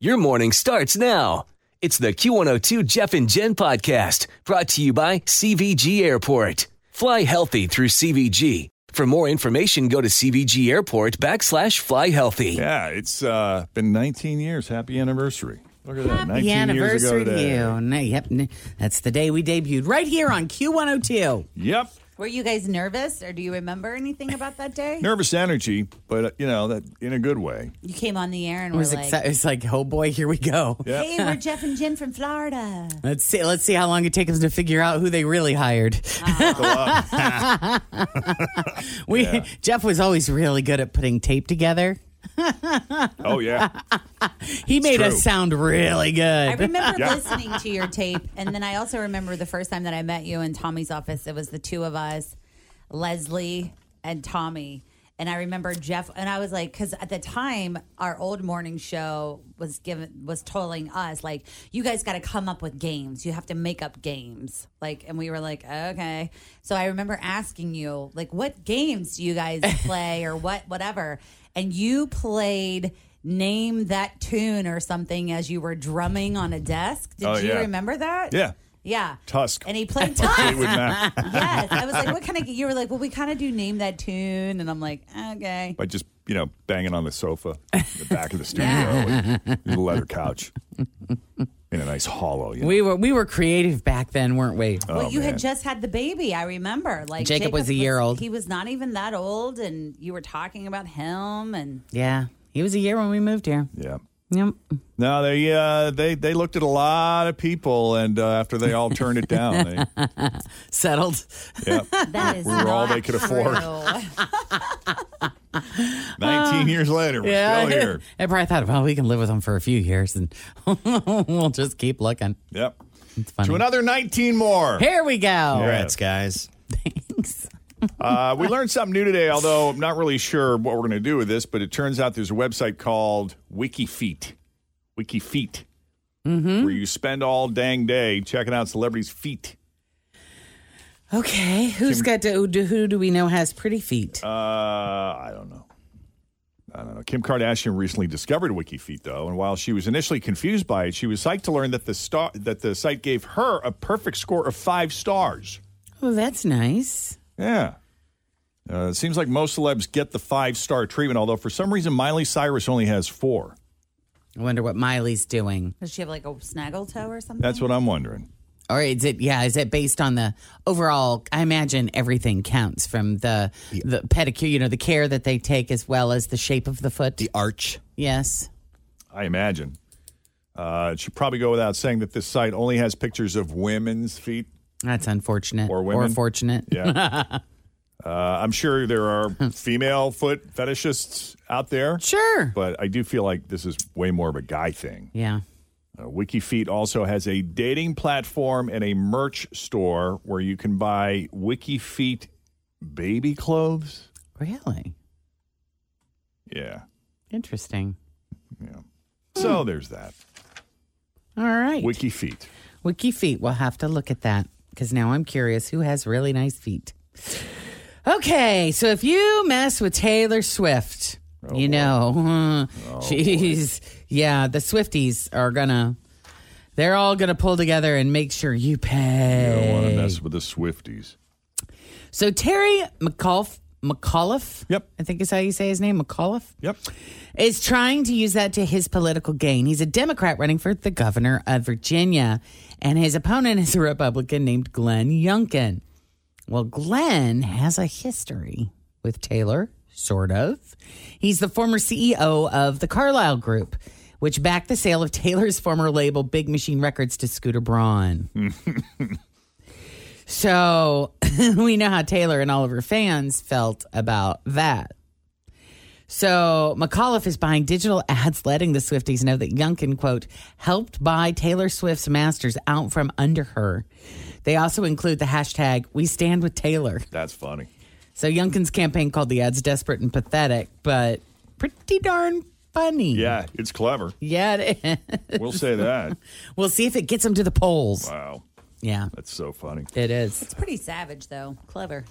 Your morning starts now. It's the Q102 Jeff and Jen podcast brought to you by CVG Airport. Fly healthy through CVG. For more information, go to CVG Airport backslash fly healthy. Yeah, it's uh, been 19 years. Happy anniversary. Look at that. 19 The anniversary years ago to today. you. No, yep, n- that's the day we debuted right here on Q102. Yep. Were you guys nervous or do you remember anything about that day? Nervous energy, but uh, you know that in a good way. You came on the air and It were was like, exci- it's like, oh boy, here we go. hey, we're Jeff and Jen from Florida. Let's see. Let's see how long it takes us to figure out who they really hired. Ah. we Jeff was always really good at putting tape together. Oh yeah, He made true. us sound really I good. remember Yeah. listening to your tape. And then I also remember the first time that I met you in Tommy's office. It was the two of us, Leslie and Tommy. And I remember Jeff, and I was like, because at the time, our old morning show was given was telling us like, you guys got to come up with games. You have to make up games, like, and we were like, okay. So I remember asking you like, what games do you guys play or what whatever, and you played name that tune or something as you were drumming on a desk. Did Oh, you yeah. remember that? yeah. Yeah. Tusk. And he played Tusk. It would not. yes. I was like, what kind of, you were like, well, we kind of do name that tune. And I'm like, okay. By just you know banging on the sofa, in the back of the studio, with a leather couch, in a nice hollow. You know? We were we were creative back then, weren't we? well, you Oh, man. had just had the baby. I remember. Like Jacob was a year old. He was not even that old. And you were talking about him. And Yeah, he was a year when we moved here. yeah. Yep. No, they uh, they they looked at a lot of people, and uh, after they all turned it down, they, Settled. yeah, that is We were all not they could afford. true. nineteen years later, we're still here. I probably thought, well, we can live with them for a few years, and we'll just keep looking. Yep. It's funny. To another nineteen more. Here we go. Congrats, guys. Thanks. Uh, we learned something new today, although I'm not really sure what we're going to do with this, but it turns out there's a website called WikiFeet. WikiFeet. Where you spend all dang day checking out celebrities' feet. Okay, who's got to, who, do, who do we know has pretty feet? Uh, I don't know. I don't know. Kim Kardashian recently discovered WikiFeet, though, and while she was initially confused by it, she was psyched to learn that the star that the site gave her a perfect score of five stars. oh, that's nice. Yeah. Uh, it seems like most celebs get the five star treatment, although for some reason Miley Cyrus only has four. I wonder what Miley's doing. Does she have like a snaggle toe or something? That's what I'm wondering. Or is it? Yeah, is it based on the overall? I imagine everything counts from the the pedicure, you know, the care that they take, as well as the shape of the foot. The arch. yes. I imagine. Uh, it should probably go without saying that this site only has pictures of women's feet. That's unfortunate. Or women. fortunate. Yeah. uh, I'm sure there are female foot fetishists out there, Sure. but I do feel like this is way more of a guy thing. yeah. Uh, WikiFeet also has a dating platform and a merch store where you can buy WikiFeet baby clothes. Really? Yeah. Interesting. Yeah. So there's that. All right. WikiFeet. Wiki feet. We'll have to look at that because now I'm curious who has really nice feet. Okay, so if you mess with Taylor Swift, Oh, you know, she's yeah, the Swifties are gonna, they're all gonna pull together and make sure you I don't want to pay. mess with the Swifties. So Terry McAuliffe, McAuliffe. Yep. I think is how you say his name, McAuliffe. Yep. Is trying to use that to his political gain. He's a Democrat running for the governor of Virginia, and his opponent is a Republican named Glenn Youngkin. Well, Glenn has a history with Taylor, sort of. He's the former CEO of the Carlyle Group, which backed the sale of Taylor's former label, Big Machine Records, to Scooter Braun. So we know how Taylor and all of her fans felt about that. So McAuliffe is buying digital ads, letting the Swifties know that Youngkin, quote, helped buy Taylor Swift's masters out from under her. They also include the hashtag We Stand With Taylor. That's funny. So Youngkin's campaign called the ads desperate and pathetic, but pretty darn funny. Yeah, it's clever. Yeah, it is. We'll say that. We'll see if it gets him to the polls. Wow. Yeah, That's so funny. it is. It's pretty savage, though. Clever.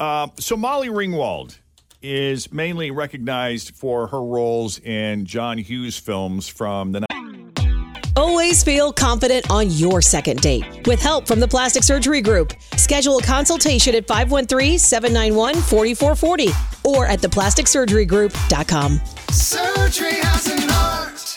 Um, So Molly Ringwald is mainly recognized for her roles in John Hughes films from the Always feel confident on your second date. With help from the Plastic Surgery Group, schedule a consultation at 513-791-4440 or at theplasticsurgerygroup.com. Surgery has an art.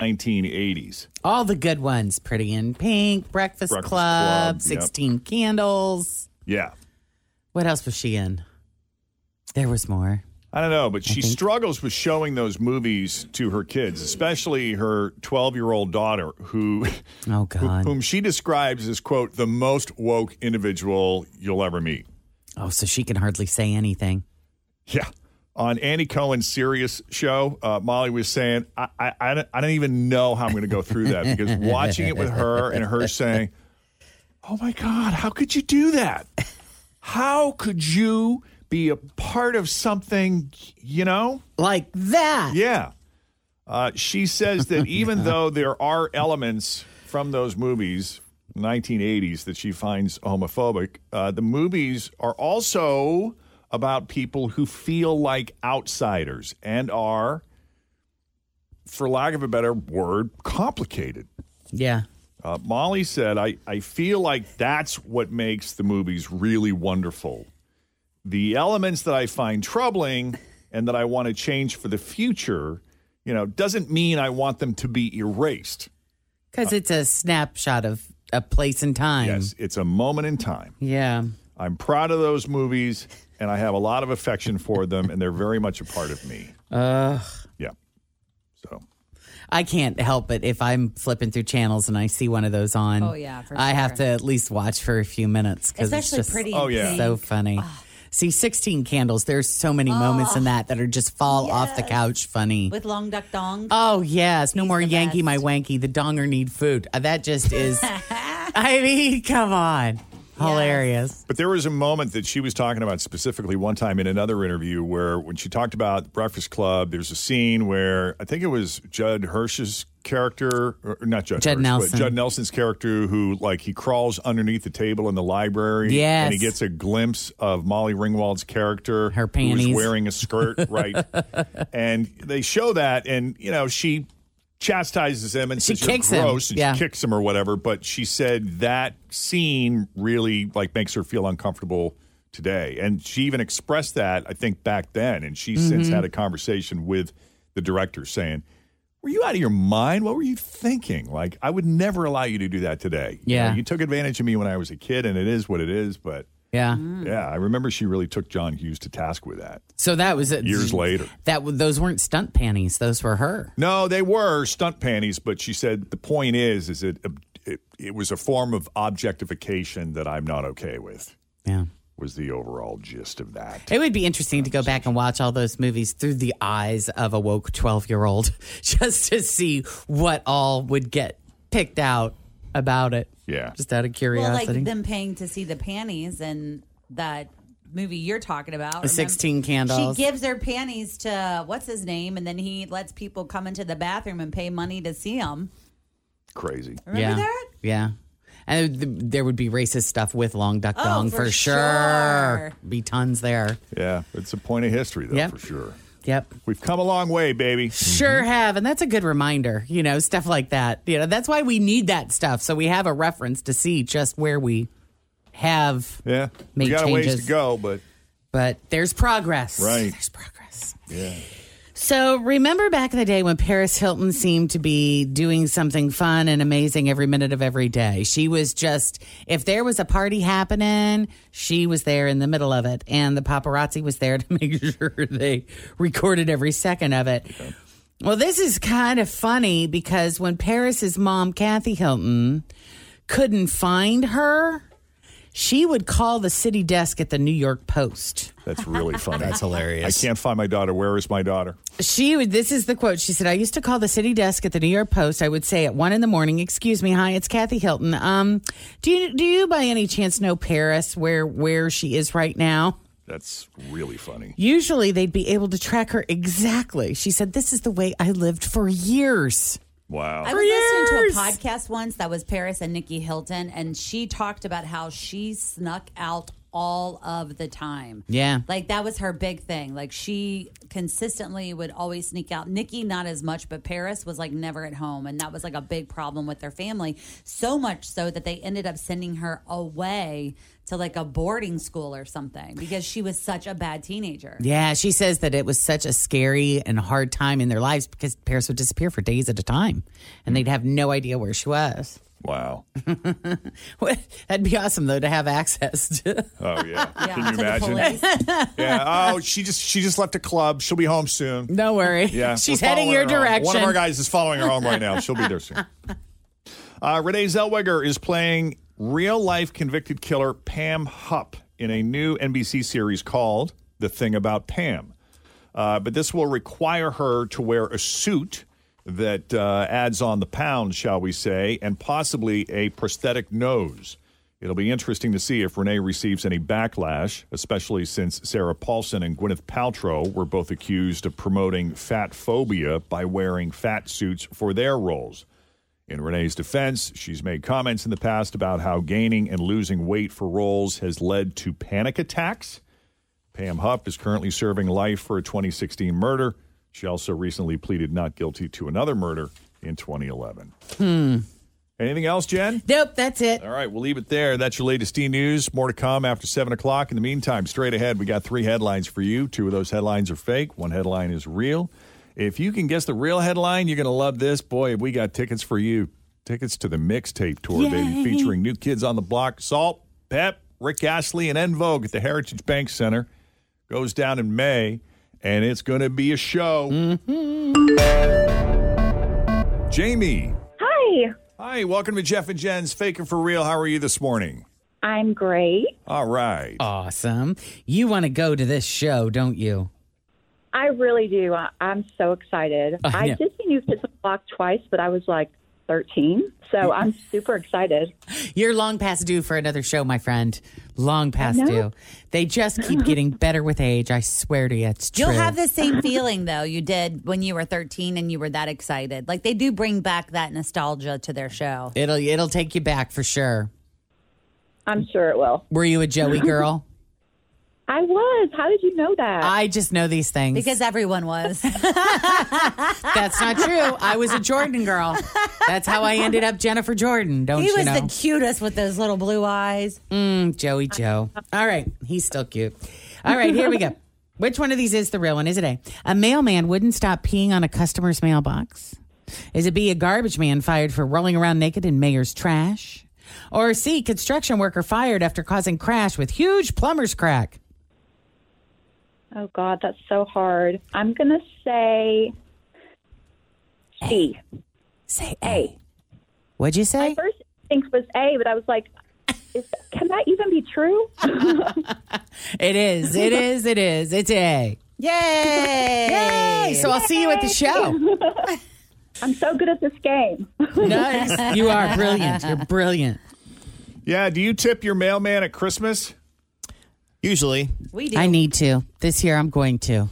1980s. All the good ones Pretty in Pink, Breakfast, Breakfast Club, Club, yep. 16 Candles. Yeah. What else was she in? There was more. I don't know, but she struggles with showing those movies to her kids, especially her 12 year old daughter, who, Oh, who- God. whom she describes as, quote, the most woke individual you'll ever meet. Oh, so she can hardly say anything. Yeah. On Annie Cohen's Serious show, uh, Molly was saying, I, I, I, don't, I don't even know how I'm going to go through that because watching it with her and her saying, Oh my God, how could you do that? How could you be a part of something, you know? Like that. Yeah. Uh, she says that even though there are elements from those movies, 1980s, that she finds homophobic, uh, the movies are also about people who feel like outsiders and are, for lack of a better word, complicated. Yeah. Uh, Molly said, I, I feel like that's what makes the movies really wonderful. The elements that I find troubling and that I want to change for the future, you know, doesn't mean I want them to be erased. Because it's a snapshot of a place and time. Yes, it's a moment in time. Yeah. I'm proud of those movies and I have a lot of affection for them and they're very much a part of me. Ugh. Yeah. So, I can't help it if I'm flipping through channels and I see one of those on. Oh, yeah, for I have to sure. at least watch for a few minutes because it's Especially just pretty. Oh, yeah. in so Pink. funny. See, 16 Candles, there's so many moments in that that are just fall off the couch funny. With Long Duck Dong. Oh yes, no He's more the Yankee best. my wanky. The donger need food. Uh, That just is. I mean, come on, hilarious. but there was a moment that she was talking about specifically one time in another interview where when she talked about the Breakfast Club, there's a scene where I think it was Judd Hirsch's character, or not Judd, Judd Hirsch, Nelson. but Judd Nelson's character who like he crawls underneath the table in the library, Yes. and he gets a glimpse of Molly Ringwald's character, Her who's panties. wearing a skirt, right? and they show that, and you know she chastises him and She says you're kicks him. gross and Yeah. she kicks him or whatever. But she said that scene really like makes her feel uncomfortable today, and she even expressed that I think back then, and she Mm-hmm. since had a conversation with the director saying. Were you out of your mind? What were you thinking? Like, I would never allow you to do that today. You know, Yeah. you took advantage of me when I was a kid, and it is what it is. But Yeah. Mm. yeah, I remember she really took John Hughes to task with that So that was it. years later. That w- those weren't stunt panties. Those were her. No, they were stunt panties, but she said the point is, is it it, it was a form of objectification that I'm not okay with. Yeah. Was the overall gist of that? It would be interesting to go back and watch all those movies through the eyes of a woke twelve-year-old, just to see what all would get picked out about it. Yeah. Just out of Well, like curiosity. them paying to see the panties and that movie you're talking about. remember- 16 Candles. She gives her panties to what's his name, and then he lets people come into the bathroom and pay money to see him. Crazy. Remember yeah. that? Yeah. And th- there would be racist stuff with Long Duck Oh, Dong for for, sure. sure. Be tons there. Yeah, it's a point of history though Yep. for sure. Yep. We've come a long way, baby. Sure have. And that's a good reminder, you know, stuff like that. You know, that's why we need that stuff. So we have a reference to see just where we have, Yeah, Make we got a ways changes. to go, but but there's progress. Right. There's progress. yeah, So remember back in the day when Paris Hilton seemed to be doing something fun and amazing every minute of every day. She was just if there was a party happening, she was there in the middle of it and the paparazzi was there to make sure they recorded every second of it. Well, this is kind of funny because when Paris's mom Kathy Hilton couldn't find her, she would call the city desk at the New York Post. that's really funny. That's I hilarious. can't find my daughter. Where is my daughter? She would, this is the quote. She said, I used to call the city desk at the New York Post. I would say at one in the morning, excuse me, hi, it's Kathy Hilton. Um, do you, do you by any chance know Paris where, where she is right now? That's really funny. Usually they'd be able to track her exactly. She said, this is the way I lived for years. Wow. I was listening to a podcast once that was Paris and Nikki Hilton, and she talked about how she snuck out all of the time. Yeah. Like that was her big thing. Like she consistently would always sneak out. Nikki, not as much, but Paris was like never at home. And that was like a big problem with their family. So much so that they ended up sending her away to like a boarding school or something because she was such a bad teenager. Yeah. She says that it was such a scary and hard time in their lives because Paris would disappear for days at a time and they'd have no idea where she was. Wow. That'd be awesome though to have access to. Oh yeah. Can Yeah, to you the imagine? police. yeah. Oh, she just she just left a club. She'll be home soon. Don't worry. Yeah. She's we're heading following your her home. direction. One of our guys is following her home right now. She'll be there soon. Uh, Renee Zellweger is playing real life convicted killer Pam Hupp in a new NBC series called The Thing About Pam. Uh, but this will require her to wear a suit that uh, adds on the pound, shall we say, and possibly a prosthetic nose. It'll be interesting to see if Renee receives any backlash, especially since Sarah Paulson and Gwyneth Paltrow were both accused of promoting fat phobia by wearing fat suits for their roles. In Renee's defense, she's made comments in the past about how gaining and losing weight for roles has led to panic attacks. Pam Hupp is currently serving life for a 2016 murder. She also recently pleaded not guilty to another murder in 2011. Anything else, Jen? Nope, that's it. All right, we'll leave it there. That's your latest E news. More to come after 7 o'clock. In the meantime, straight ahead, we got three headlines for you. Two of those headlines are fake, one headline is real. If you can guess the real headline, you're going to love this. Boy, have we got tickets for you. Tickets to the mixtape tour, baby, featuring new kids on the block Salt, Pep, Rick Astley, and En Vogue at the Heritage Bank Center. Goes down in May, and it's going to be a show. Jamie. Hi, Hi, welcome to Jeff and Jen's Faking for Real. How are you this morning? I'm great. All right. Uh. Awesome. You want to go to this show, don't you? I really do. I, I'm so excited. I I, know. did see New Kids on the Block twice, but I was like 13, so I'm super excited. You're long past due for another show, my friend. Long past I know. due. They just keep getting better with age. I swear to you, it's true. You'll have the same feeling though you did when you were 13 and you were that excited. Like they do bring back that nostalgia to their show. It'll it'll take you back for sure. I'm sure it will. Were you a Joey girl? I was. How did you know that? I just know these things. Because everyone was. that's not true. I was a Jordan girl. That's how I ended up Jennifer Jordan. Don't he you was know? the cutest with those little blue eyes. Mm, Joey Joe. All right. He's still cute. All right. Here we go. Which one of these is the real one? Is it A? A mailman wouldn't stop peeing on a customer's mailbox? Is it B? A garbage man fired for rolling around naked in mayor's trash? Or C? Construction worker fired after causing crash with huge plumber's crack? oh God, that's so hard. I'm gonna say C. Say A. What'd you say? My first instinct was A, but I was like, is, can that even be true? It is. It is. It is. It's A. Yay! Yay! So I'll see you at the show. I'm so good at this game. nice. You are brilliant. You're brilliant. Yeah, do you tip your mailman at Christmas? Usually. We I need to. This year I'm going to.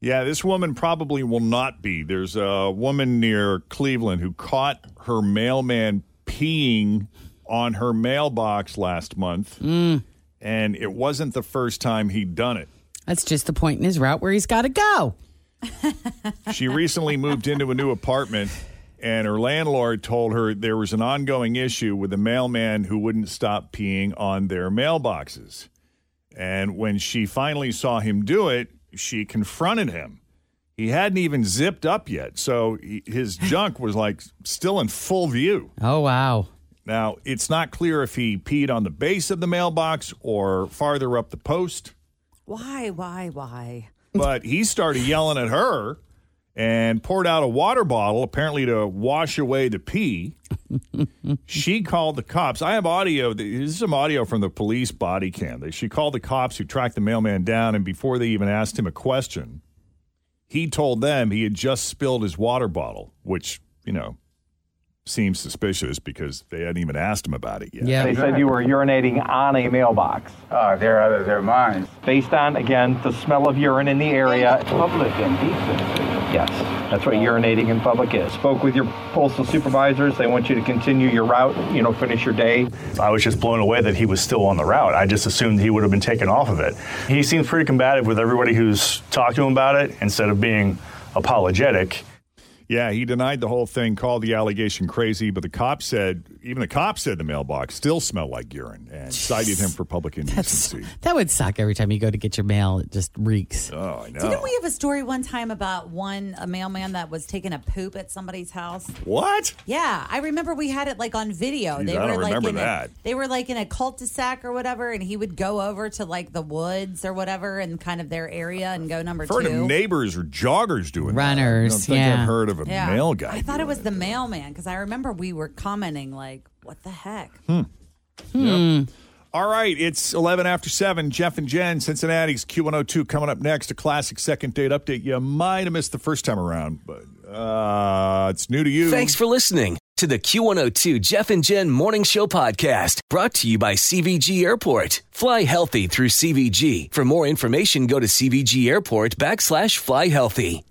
Yeah, this woman probably will not be. There's a woman near Cleveland who caught her mailman peeing on her mailbox last month. And it wasn't the first time he'd done it. That's just the point in his route where he's got to go. She recently moved into a new apartment, and her landlord told her there was an ongoing issue with a mailman who wouldn't stop peeing on their mailboxes. And when she finally saw him do it, she confronted him. He hadn't even zipped up yet, so he, his junk was like still in full view. Oh, wow. Now, it's not clear if he peed on the base of the mailbox or farther up the post Why? Why? Why? but he started yelling at her and poured out a water bottle apparently to wash away the pee. she called the cops. I have audio. This is some audio from the police body cam. They- She called the cops who tracked the mailman down, and before they even asked him a question, he told them he had just spilled his water bottle, which, you know, seems suspicious because they hadn't even asked him about it yet. They said you were urinating on a mailbox. Oh, they're out of their minds. Based on, again, the smell of urine in the area. Public and Yes, that's what urinating in public is. Spoke with your postal supervisors. They want you to continue your route, you know, finish your day. I was just blown away that he was still on the route. I just assumed he would have been taken off of it. He seems pretty combative with everybody who's talked to him about it instead of being apologetic. Yeah, he denied the whole thing, called the allegation crazy, but the cop said, even the cop said the mailbox still smelled like urine and cited him for public indecency. That would suck every time you go to get your mail. It just reeks. Oh, I know. Didn't we have a story one time about one a mailman that was taking a poop at somebody's house? What? Yeah, I remember we had it like on video. Jeez, I don't remember in that. A, they were like in a cul-de-sac or whatever, and he would go over to like the woods or whatever and kind of their area and go number I've heard two. of neighbors or joggers doing Runners, That. I don't think yeah. I've heard of a Yeah. mail guy. I thought it was the mailman because I remember we were commenting like, "What the heck?" Yep. All right, it's 11 after 7. Jeff and Jen, Cincinnati's Q102 coming up next. A classic second date update. You might have missed the first time around, but uh, it's new to you. Thanks for listening to the Q102 Jeff and Jen Morning Show Podcast brought to you by CVG Airport. Fly healthy through CVG. For more information, go to CVG Airport backslash fly healthy.